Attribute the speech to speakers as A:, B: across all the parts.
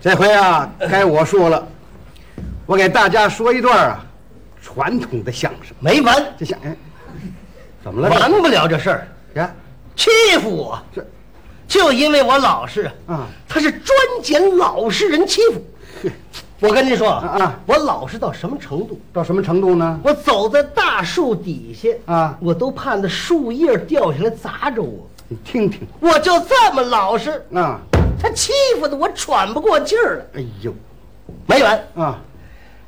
A: 这回啊，该我说了，我给大家说一段啊，传统的相声。
B: 没完，
A: 这相声怎么了？
B: 完不了这事儿，
A: 呀，
B: 欺负我，
A: 这
B: 就因为我老实
A: 啊
B: 他是专捡老实人欺负。我跟您说
A: 啊啊
B: 我老实到什么程度？
A: 到什么程度呢？
B: 我走在大树底下
A: 啊
B: 我都怕那树叶掉下来砸着我。
A: 你听听
B: 我就这么老实，
A: 啊，
B: 他欺负的我喘不过气儿来。
A: 哎呦
B: 没完，
A: 啊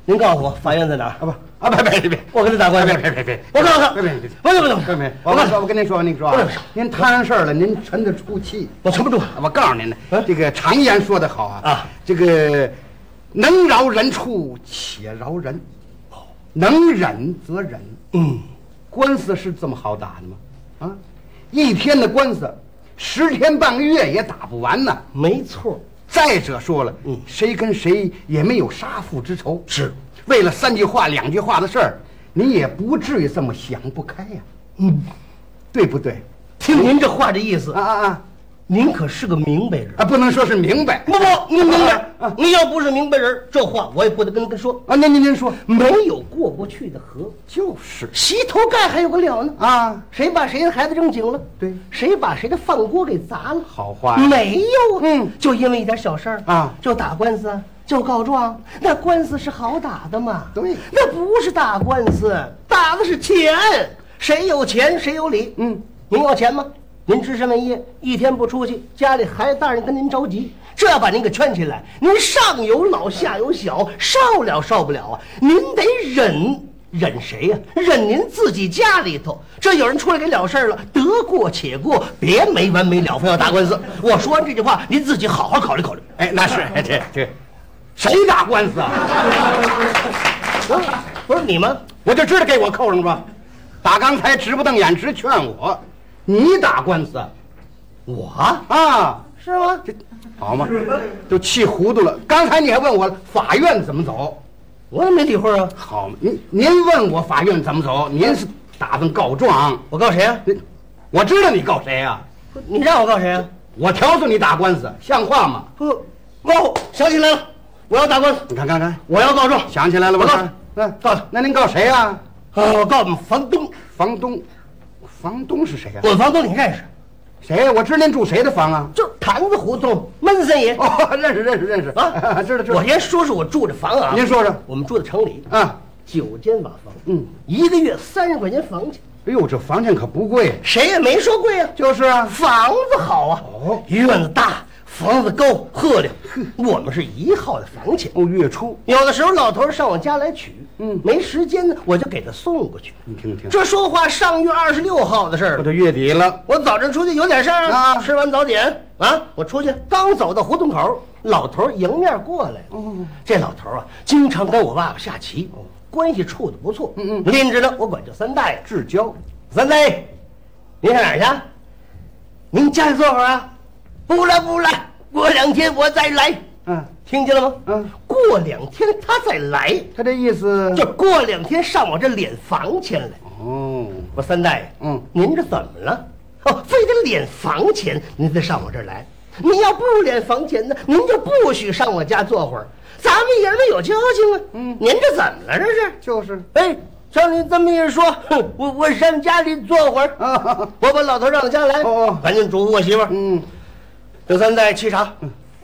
B: 您告诉我法院在哪儿
A: 啊？不啊，别别别别，
B: 我跟他打官司。
A: 别别别别
B: 我告诉他，
A: 别别别
B: 不是不是不
A: 哥
B: 是
A: 们，
B: 我
A: 我
B: 告
A: 跟
B: 诉
A: 说，
B: 他，
A: 我跟您说，您说啊
B: 不是不是，
A: 您摊上事儿了，您沉得出气。
B: 我沉不住。
A: 我告诉您呢
B: 啊，
A: 这个常言说得好啊，
B: 啊
A: 这个能饶人处且饶人，能忍则忍。
B: 嗯，
A: 官司是这么好打的吗？啊，一天的官司，十天半个月也打不完呢。
B: 没错，
A: 再者说了，
B: 嗯
A: 谁跟谁也没有杀父之仇，
B: 是
A: 为了三句话两句话的事儿，你也不至于这么想不开呀、
B: 嗯，
A: 对不对？
B: 听您这话的意思
A: 啊，啊啊！
B: 您可是个明白人。
A: 啊，不能说是明白
B: 不不，您明白
A: 啊啊，
B: 您要不是明白人，这话我也不得跟跟说。
A: 啊。您您您说，
B: 没有过不去的河，
A: 就是
B: 洗头盖还有个了呢。
A: 啊，
B: 谁把谁的孩子扔井了？
A: 对
B: 谁把谁的饭锅给砸了？
A: 好话呀
B: 没有，啊
A: 嗯，
B: 就因为一点小事儿
A: 啊
B: 就打官司，就告状。那官司是好打的嘛？
A: 对
B: 那不是打官司，打的是钱，谁有钱谁有理。
A: 嗯，
B: 您要钱吗？您只身为业，一天不出去，家里孩子大人跟您着急，这要把您给圈起来，您上有老下有小，少了少不了啊，您得忍。忍谁呀、忍您自己家里头。这有人出来给了事儿了，得过且过，别没完没了，非要打官司。我说完这句话，您自己好好考虑考虑。
A: 哎，那是哎这这，谁打官司啊？
B: 啊，不是你吗？
A: 我就知道给我扣上吧。打刚才直不瞪眼，直劝我，你打官司
B: 我
A: 啊？
B: 是吗？
A: 这好嘛，都气糊涂了。刚才你还问我法院怎么走，
B: 我也没理会啊。
A: 好嘛？您您问我法院怎么走，您是打算告状？
B: 我告谁啊？
A: 您我知道你告谁啊？
B: 你让我告谁啊？
A: 我调唆你打官司，像话吗？
B: 不，哦，想起来了，我要打官司，
A: 你看看看，
B: 我要告状。
A: 想起来了吧
B: 我告？
A: 那
B: 告诉
A: 那您告谁啊？
B: 啊，我告我们房东，
A: 房东，房东是谁呀、
B: 我们房东你认识，
A: 谁呀？我知道您住谁的房啊？
B: 就是坛子胡同闷森爷
A: 哦，认识认识认识，
B: 啊
A: 知道知
B: 我
A: 道。
B: 先说说我住的房啊，
A: 您说说
B: 我们住在城里，
A: 啊，
B: 九间瓦房，
A: 嗯，
B: 一个月三十块钱房钱，
A: 哎呦，这房钱可不贵，
B: 谁也没说贵啊，
A: 就是啊，
B: 房子好啊，
A: 哦
B: 院子大，房子高，鹤亮，我们是一号的房钱。
A: 哦，月初，
B: 有的时候老头儿上我家来取，
A: 嗯
B: 没时间呢，我就给他送过去。
A: 你听听，
B: 这说话上月二十六号的事儿
A: 我
B: 了。
A: 都月底了，
B: 我早晨出去有点事儿
A: 啊
B: 吃完早点啊，我出去刚走到胡同口，老头儿迎面过来了。这老头儿啊，经常跟我爸爸下棋，关系处的不错。嗯嗯，拎着呢，我管叫三大爷。
A: 至交，
B: 三大爷，您上哪儿去啊？您家里坐会儿啊？不来不来，过两天我再来。
A: 嗯，
B: 听见了吗？
A: 嗯，
B: 过两天他再来，
A: 他这意思，
B: 就过两天上我这脸房钱来。
A: 哦，
B: 我三大爷，
A: 嗯
B: 您这怎么了？哦，非得脸房钱，您再上我这儿来。您要不脸房钱呢，您就不许上我家坐会儿。咱们爷们有交情啊。嗯，您这怎么了？这是？
A: 就是
B: 哎，照你这么一说，哼，我我上家里坐会儿。
A: 啊，
B: 我把老头让到家来，
A: 哦哦
B: 赶紧嘱咐我媳妇儿。
A: 嗯，
B: 刘三代沏茶，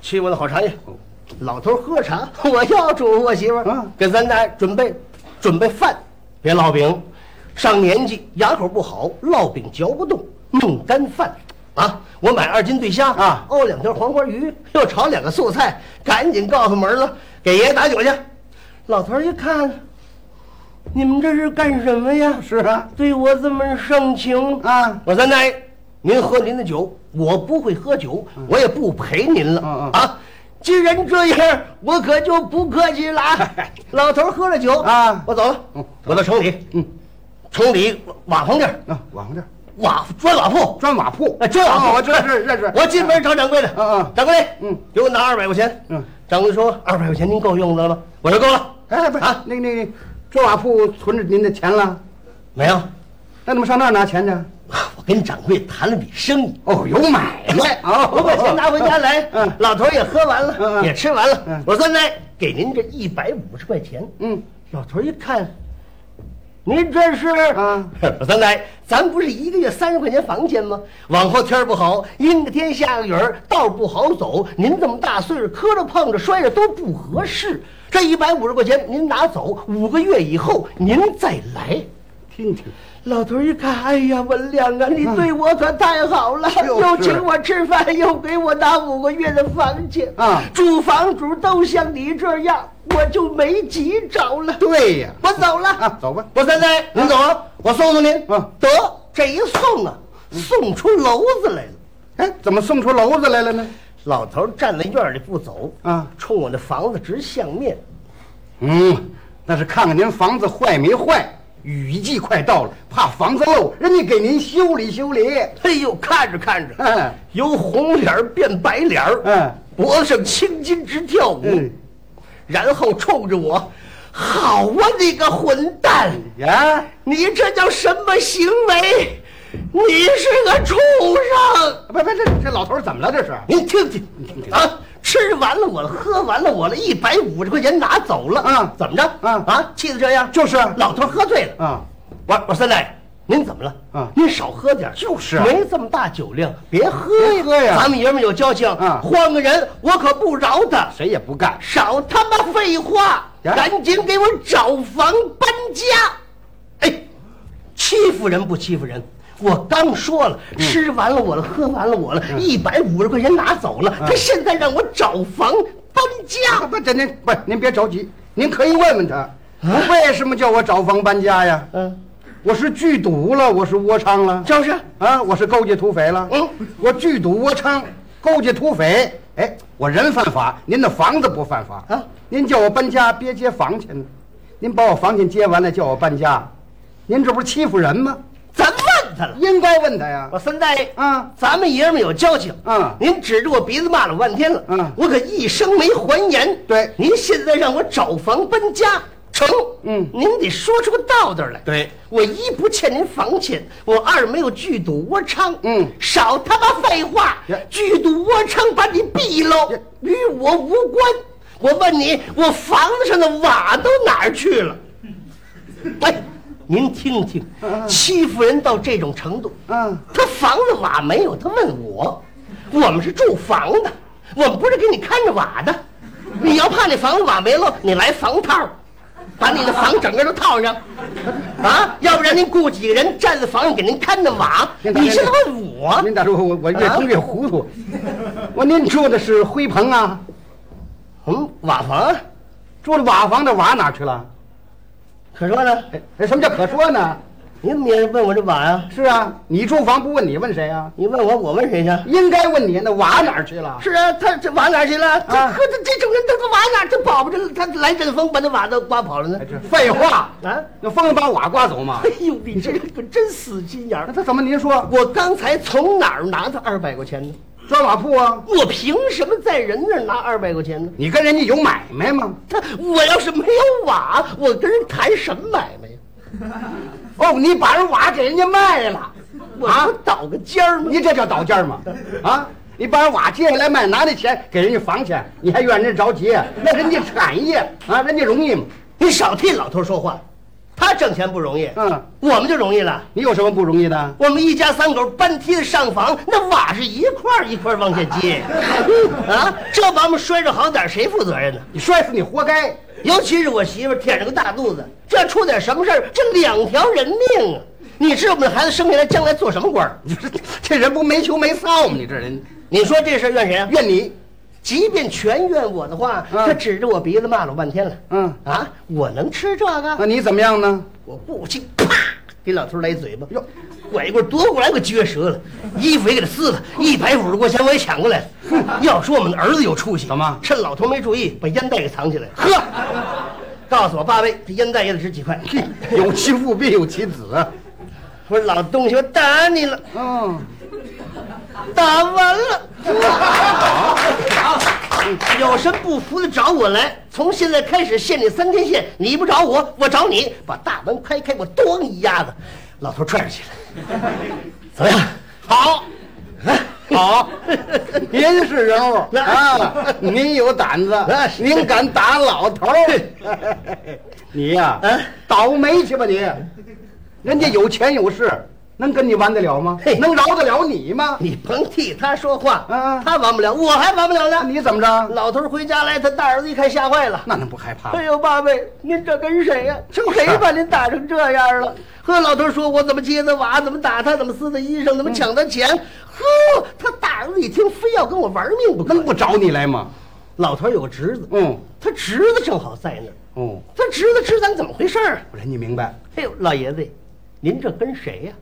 B: 沏我的好茶叶。
A: 哦
B: 老头喝茶，我要嘱咐我媳妇儿，
A: 嗯
B: 给三代准备准备饭，别烙饼。上年纪牙口不好，烙饼嚼不动，弄干饭。啊，我买二斤对虾
A: 啊
B: 熬两条黄花鱼，又炒两个素菜，赶紧告诉门了，给爷爷打酒去。老头儿一看，你们这是干什么呀？
A: 是啊，
B: 对我这么盛情
A: 啊
B: 我三大爷，您喝您的酒，我不会喝酒，我也不陪您了、
A: 嗯嗯嗯
B: 啊。既然这样，我可就不客气 了啊。老头儿喝了酒
A: 啊
B: 我走了，我到城里，嗯，城里瓦房店，
A: 啊，往这儿
B: 瓦砖瓦铺，
A: 砖瓦铺，
B: 哎砖瓦铺
A: 哦我知道是认识，
B: 我进门找掌柜的，
A: 嗯嗯
B: 掌柜，
A: 嗯，
B: 给我拿二百块钱，
A: 嗯，
B: 掌柜说二百块钱您够用的了吗？我说够了，
A: 哎，不是，
B: 啊
A: 那个那个砖瓦铺存着您的钱了，
B: 没有，
A: 那怎么上那儿拿钱去？
B: 啊我跟掌柜谈了笔生意。
A: 哦，有买卖啊！
B: 哎我把钱拿回家来，
A: 嗯
B: 老头儿也喝完了，
A: 嗯嗯
B: 也吃完了。
A: 嗯
B: 我说来，给您这一百五十块钱。
A: 嗯，
B: 老头儿一看，您这是
A: 啊？
B: 我说来，咱不是一个月三十块钱房钱吗？往后天儿不好，阴个天下个雨儿，道儿不好走。您这么大岁数，磕着碰着摔着都不合适。这一百五十块钱您拿走，五个月以后您再来。
A: 听听，
B: 老头儿一看，哎呀，文亮啊，你对我可太好了，
A: 就是
B: 又请我吃饭，又给我拿五个月的房钱
A: 啊
B: 住房主都像你这样，我就没急着了。
A: 对呀，
B: 我走了
A: 啊走吧
B: 我三三，您走啊，我送送您。
A: 啊
B: 得这一送啊，
A: 嗯
B: 送出楼子来了。
A: 哎，怎么送出楼子来了呢？
B: 老头儿站在院里不走
A: 啊
B: 冲我那房子直向面。
A: 嗯，那是看看您房子坏没坏。雨季快到了，怕房子漏，人家给您修理修理。
B: 哎呦，看着看着，
A: 嗯
B: 由红脸儿变白脸儿，
A: 嗯，
B: 脖子上青筋直跳舞，
A: 嗯
B: 然后冲着我，好啊，你个混蛋，
A: 呀，
B: 你这叫什么行为？你是个畜生！
A: 不不，这这老头儿怎么了？这是？
B: 您听听
A: 听听
B: 啊，吃完了我了，喝完了我了，一百五十块钱拿走了，
A: 嗯
B: 怎么着？
A: 嗯
B: 啊，气得这样，
A: 就是
B: 老头儿喝醉了，
A: 啊，
B: 我我说三奶，您怎么了？
A: 嗯
B: 您少喝点儿，
A: 就是啊
B: 没这么大酒量，别喝
A: 别喝呀
B: 咱们爷们儿有交情，
A: 嗯
B: 换个人我可不饶他。
A: 谁也不干。
B: 少他妈废话，
A: 呀
B: 赶紧给我找房搬家！哎，欺负人不欺负人？我刚说了，
A: 嗯
B: 吃完了我了，喝完了我了，一百五十块钱拿走
A: 嗯
B: 了，他现在让我找房搬
A: 不
B: 家，
A: 啊不，这您不，您别着急，您可以问问他，
B: 啊
A: 为什么叫我找房搬家呀？
B: 嗯，
A: 我是剧毒了，我是窝娼了，
B: 就是
A: 啊，我是勾结土匪了。
B: 嗯，
A: 我剧毒窝娼，勾结土匪。哎，我人犯法，您的房子不犯法
B: 啊？
A: 您叫我搬家，别接房钱呢。您把我房钱接完了，叫我搬家，您这不是欺负人吗？
B: 咱问他了。
A: 应该问他呀
B: 我。三大爷，
A: 啊嗯
B: 咱们爷们儿有交情，
A: 嗯
B: 您指着我鼻子骂了我半天了，
A: 嗯
B: 我可一声没还言。
A: 对
B: 您现在让我找房搬家，成，
A: 嗯
B: 您得说出个道道来。
A: 对，
B: 我一不欠您房钱，我二没有剧赌窝娼，
A: 嗯
B: 少他妈废话
A: 耶，
B: 剧赌窝娼把你毙喽
A: 耶，
B: 与我无关。我问你，我房子上的瓦都哪儿 去了？哎，您听听，欺负人到这种程度，
A: 嗯
B: 他房子瓦没有，他问我，我们是住房的，我们不是给你看着瓦的，你要怕那房子瓦没了，你来防套，把你的房整个都套上，啊，要不然您雇几个人站在房上给您看着瓦，
A: 您打
B: 你现在
A: 您
B: 问我，
A: 您咋说？我我越
B: 啊
A: 听越糊涂。 我您住的是灰棚啊？
B: 嗯，瓦房，
A: 住的瓦房的瓦哪去了？
B: 可说呢，
A: 哎哎，什么叫可说呢？
B: 你怎么也问我这瓦呀、
A: 是啊，你住房不问你问谁啊？
B: 你问我，我问谁去？啊
A: 应该问你，那瓦哪儿去了？
B: 是啊，他这瓦哪儿去了？他
A: 啊
B: 可这这种人，他他瓦哪儿？他保不着，他来阵风把那瓦都刮跑了呢
A: 哎。这废话，
B: 啊！
A: 那风能把瓦刮走吗
B: 哎？呦，你这人可真死心眼
A: 那
B: 儿！
A: 他怎么您说
B: 我刚才从哪儿拿的二百块钱呢？
A: 砖瓦铺啊？
B: 我凭什么在人那儿拿二百块钱呢？
A: 你跟人家有买卖吗？
B: 他我要是没有瓦，我跟人谈什么买卖呀？
A: 哦，你把人瓦给人家卖了，啊
B: 我不倒个尖儿吗？
A: 你这叫倒尖儿吗？啊，你把人瓦接下来卖，拿那钱给人家房钱，你还怨人着急？啊那人家产业啊，人家容易吗？
B: 你少替老头说话，他挣钱不容易，
A: 嗯，
B: 我们就容易了。
A: 你有什么不容易的？
B: 我们一家三口搬梯子上房，那瓦是一块儿一块儿往下接，啊，这把我们摔着好点儿，谁负责任呢？
A: 你摔死你活该。
B: 尤其是我媳妇儿舔着个大肚子，这出点什么事儿，这两条人命啊！你知道我们孩子生下来将来做什么官儿？
A: 你说这这人不没羞没臊吗？你这人
B: 你说这事儿怨谁啊？
A: 怨你。
B: 即便全怨我的话，
A: 嗯
B: 他指着我鼻子骂了我半天了。
A: 嗯
B: 啊，我能吃这
A: 那
B: 个？
A: 你怎么样呢？
B: 我不信，啪，给老头儿来一嘴巴，
A: 哟
B: 拐一棍儿夺过来，我撅折了，衣服也给他撕了，一百五十块钱我也抢过来了。要说我们的儿子有出息，
A: 怎么
B: 趁老头儿没注意，把烟袋给藏起来了。
A: 呵，
B: 告诉我八位，这烟袋也得值几块。
A: 有其父必有其子。啊
B: 我说老东西，我打你了。
A: 嗯，
B: 打完了。有什么不服的找我来，从现在开始限你三天线，你不找我，我找你，把大门开开，我咣一鸭子，老头踹出去了。怎么样？啊
A: 好，好，您是人物啊，您有胆子
B: 那，是
A: 您敢打老头儿，你呀、
B: 嗯
A: 倒霉去吧你！人家有钱有势，能跟你玩得了吗
B: 嘿？
A: 能饶得了你吗？
B: 你甭替他说话，
A: 啊
B: 他完不了，我还完不了
A: 那
B: 呢。
A: 你怎么着？
B: 老头儿回家来，他大儿子一看吓坏了。
A: 那能不害怕吗
B: 哎？呦，爸爸，您这跟谁呀、
A: 就是
B: 谁把您打成这样了？呵，老头说，我怎么揭的瓦，怎么打他，怎么撕的衣裳，怎么抢他钱？呵，他大儿子一听，非要跟我玩命不可。
A: 能不找你来吗？
B: 老头有个侄子，
A: 嗯，
B: 他侄子正好在那儿，
A: 哦，
B: 他侄子知咱怎么回事儿啊？
A: 人家明白。
B: 哎呦，老爷子，您这跟谁呀、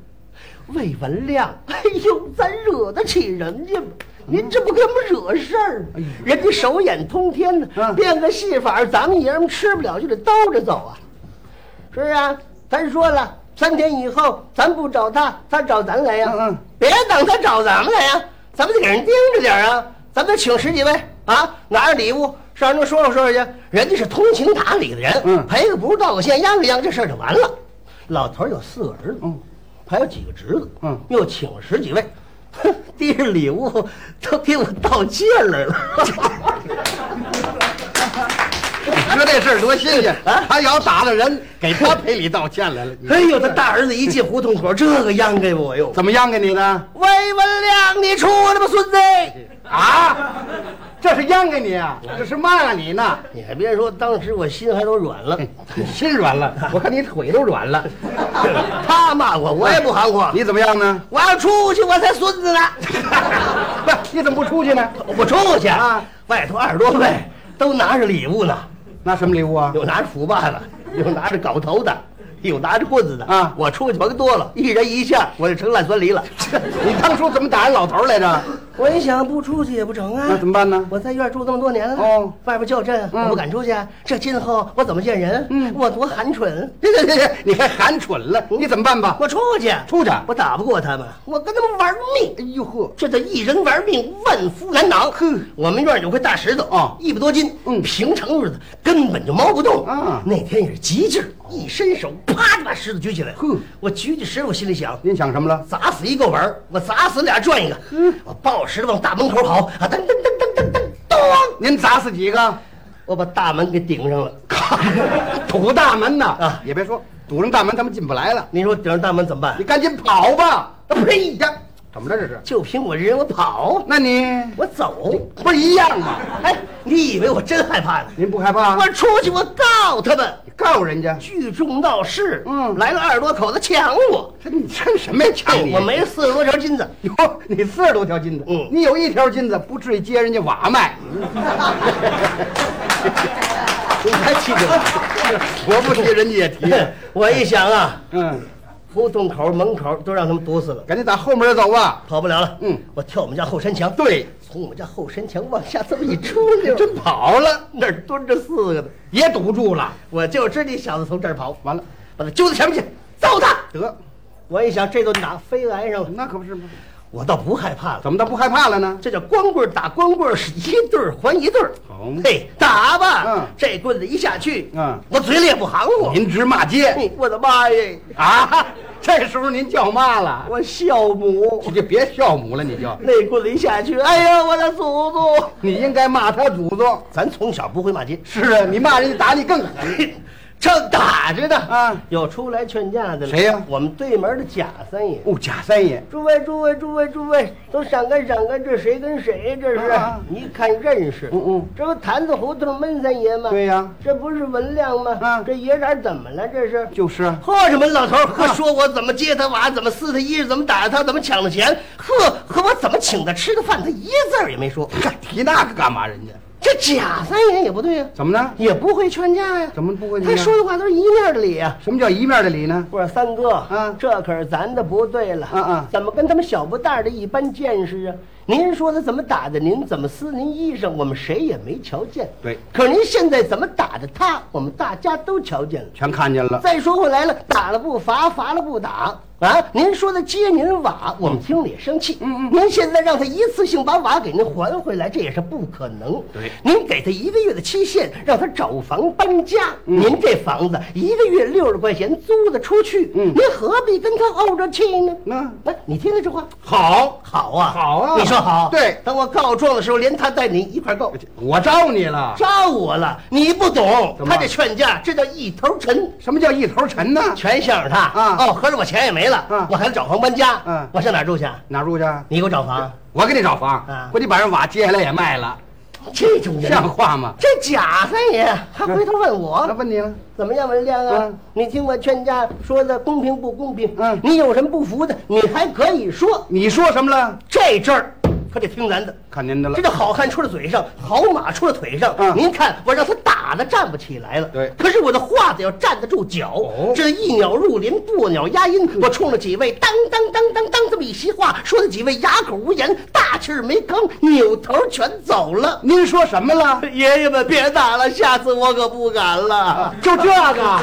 B: 魏文亮， 哎呦，咱惹得起人家吗？
A: 嗯
B: 您这不给我们惹事儿吗？人家手眼通天呢、
A: 哎嗯
B: 变个戏法儿，咱们爷们吃不了就得兜着走啊，是不是啊？咱说了，三天以后咱不找他，他找咱来呀、
A: 嗯嗯
B: 别等他找咱们来呀、咱们得给人盯着点儿啊。咱们请十几位啊，拿着礼物上人家说说说说去，人家是通情达理的人，
A: 嗯
B: 赔个不是道个歉，央个央，这事儿就完了。老头儿有四个儿子，
A: 嗯
B: 还有几个侄子，
A: 嗯
B: 又请了十几位，提着礼物都给我道歉来了。
A: 你说这事儿多新鲜
B: 啊
A: 他要打了人，给他赔礼道歉来了。你
B: 哎呦，他大儿子一进胡同口，这个央给我哟！
A: 怎么样给你的？
B: 魏文亮，你出来吧，孙子！
A: 啊，这是央给你啊，这是骂你呢。
B: 你还别说，当时我心还都软了。
A: 心软了，我看你腿都软 了。
B: 他骂我，我也不含糊。
A: 你怎么样呢？
B: 我要出去，我才孙子 呢。
A: 不是，你怎么不出去呢？
B: 我出去
A: 啊
B: 啊，外头二十多位都拿着礼物呢，
A: 拿什么礼物啊？
B: 有拿着斧把 的，有拿着镐头的，有拿着棍子的
A: 啊
B: 我出去甭多了，一人一下，我就成烂酸梨了。
A: 你当初怎么打人老头来着？
B: 我一想不出去也不成啊，
A: 那怎么办呢
B: 我在院住这么多年了，
A: 哦
B: 外边叫阵，
A: 嗯
B: 我不敢出去，啊这今后我怎么见人？
A: 嗯
B: 我多寒碜。
A: 这这这这，你还喊蠢了？你怎么办吧？
B: 我出去，
A: 出去
B: 我打不过他们，我跟他们玩命。
A: 哎呦呵，
B: 这叫一人玩命，万夫难挡。哼，我们院儿有块大石头
A: 啊
B: 一百多斤。
A: 嗯
B: 平常日子根本就猫不动。
A: 啊
B: 那天也是急劲儿，一伸手，啪就把石头举起来。
A: 哼，
B: 我举起石头，我心里想。
A: 您想什么了？
B: 砸死一个玩儿，我砸死俩赚一个。嗯，我抱着石头往大门口跑啊，噔噔噔噔噔噔，咚！
A: 您砸死几个？
B: 我把大门给顶上了。
A: 堵大门呐！
B: 啊
A: 也别说堵上大门，他们进不来了。
B: 您说顶上大门怎么办
A: 你？赶紧跑吧！
B: 呸呀！
A: 怎么了这是？
B: 就凭我这人，我跑，
A: 那你
B: 我走。
A: 不是一样吗？
B: 哎，你以为我真害怕呢？
A: 您不害怕？
B: 我出去，我告他们。
A: 你告人家，
B: 聚众闹事，
A: 嗯
B: 来了二十多口子抢我，啊
A: 这你这什么呀？抢你！啊
B: 我没四十多条金子，
A: 哟，你四十多条金子，
B: 嗯
A: 你有一条金子，不至于接人家瓦卖。
B: 你还气着
A: 我不提，人家也提。
B: 我？ 我一想啊，
A: 嗯，
B: 胡同口门口都让他们堵死了，
A: 赶紧打后门走吧。
B: 跑不了了。
A: 嗯，
B: 我跳我们家后山墙，
A: 对，
B: 从我们家后山墙往下这么一出溜，
A: 真跑了，
B: 那儿蹲着四个呢。
A: 也堵住了。
B: 我就知你小子从这儿跑，
A: 完了，
B: 把他揪到前面去揍他。
A: 得，
B: 我一想，这顿打非挨上了，
A: 那可不是吗？
B: 我倒不害怕了。
A: 怎么他不害怕了呢？
B: 这叫光棍打光棍，是一对儿还一对儿。
A: 好
B: 嘿，打吧！
A: 嗯
B: 这棍子一下去，
A: 嗯
B: 我嘴里也不含糊。
A: 您直骂街
B: 嘿哎我的妈耶！
A: 啊！这时候您叫骂了，
B: 我孝母，
A: 你就别孝母了，你就，
B: 那棍子一下去，哎呀，我的祖宗！
A: 你应该骂他祖宗。
B: 咱从小不会骂街，
A: 是啊，你骂人家打你更狠。
B: 正打着呢。
A: 啊，
B: 有出来劝架的了
A: 谁呀
B: 我们对门的贾三爷。
A: 哦，贾三爷，
B: 诸位，诸位，诸位，诸位，都闪开，闪开！这谁跟谁呀？这是？
A: 啊
B: 你看认识？
A: 嗯嗯
B: 这不坛子胡同闷三爷吗？
A: 对呀
B: 这不是文亮吗？
A: 啊
B: 这爷俩怎么了？这是？
A: 就是啊
B: 呵什么老头儿？呵，说我怎么接他娃，怎么撕他衣裳，怎么打他，怎么抢了钱？呵，和我怎么请他吃个饭，他一个字儿也没说。
A: 提那个干嘛？人家
B: 这贾三爷也不对呀、
A: 怎么呢？
B: 也不会劝架呀、
A: 怎么不会劝
B: 他
A: 架
B: 说的话都是一面的理呀、啊
A: 什么叫一面的理呢？
B: 我说三哥，
A: 嗯
B: 这可是咱的不对了，
A: 嗯嗯
B: 怎么跟他们小不蛋儿的一般见识啊？您说他怎么打的您，怎么撕您衣裳，我们谁也没瞧见。
A: 对
B: 可是您现在怎么打的他，我们大家都瞧见了。
A: 全看见了。
B: 再说回来了，打了不罚，罚了不打，啊，您说的接您瓦，我们听了也生气。
A: 嗯嗯
B: 您现在让他一次性把瓦给您还回来，这也是不可能。
A: 对
B: 您给他一个月的期限，让他找房搬家。
A: 嗯
B: 您这房子一个月六十块钱租得出去，
A: 嗯
B: 您何必跟他怄着气呢？
A: 嗯
B: 哎，你听听这话，
A: 好，
B: 好啊，
A: 好啊
B: 你说好，
A: 对哎
B: 等我告状的时候，连他带你一块儿告。
A: 我招你了。
B: 扎我了，你不懂，
A: 怎么
B: 他这劝架，这叫一头沉。
A: 什么叫一头沉呢？
B: 全向着他
A: 啊
B: 哦，合着我钱也没了，
A: 啊
B: 我还得找房搬家，
A: 嗯
B: 我上哪儿住去啊？
A: 哪住去？
B: 你给我找房，
A: 我给你找房
B: 啊，嗯
A: 我得把人瓦接下来也卖了，
B: 这种人
A: 像话吗？
B: 这假三爷还回头问
A: 那
B: 我
A: 问你了，
B: 怎么样，文亮啊
A: 嗯？
B: 你听我劝架说的公平不公平？
A: 嗯
B: 你有什么不服的，你还可以说。
A: 你说什么了？
B: 这阵儿可得听咱的，
A: 看您的了
B: 这。叫好汉出了嘴上，好马出了腿上。
A: 嗯
B: 您看我让他打的站不起来了，
A: 对
B: 可是我的话得要站得住脚。
A: 哦嗯
B: 这一鸟入林，不鸟压阴。我冲了几位当当当当当这么一席话，说的几位哑口无言，大气儿没吭，扭头全 走了。
A: 您说什么了？
B: 爷爷们，别打了，下次我可不敢了。
A: 就这个，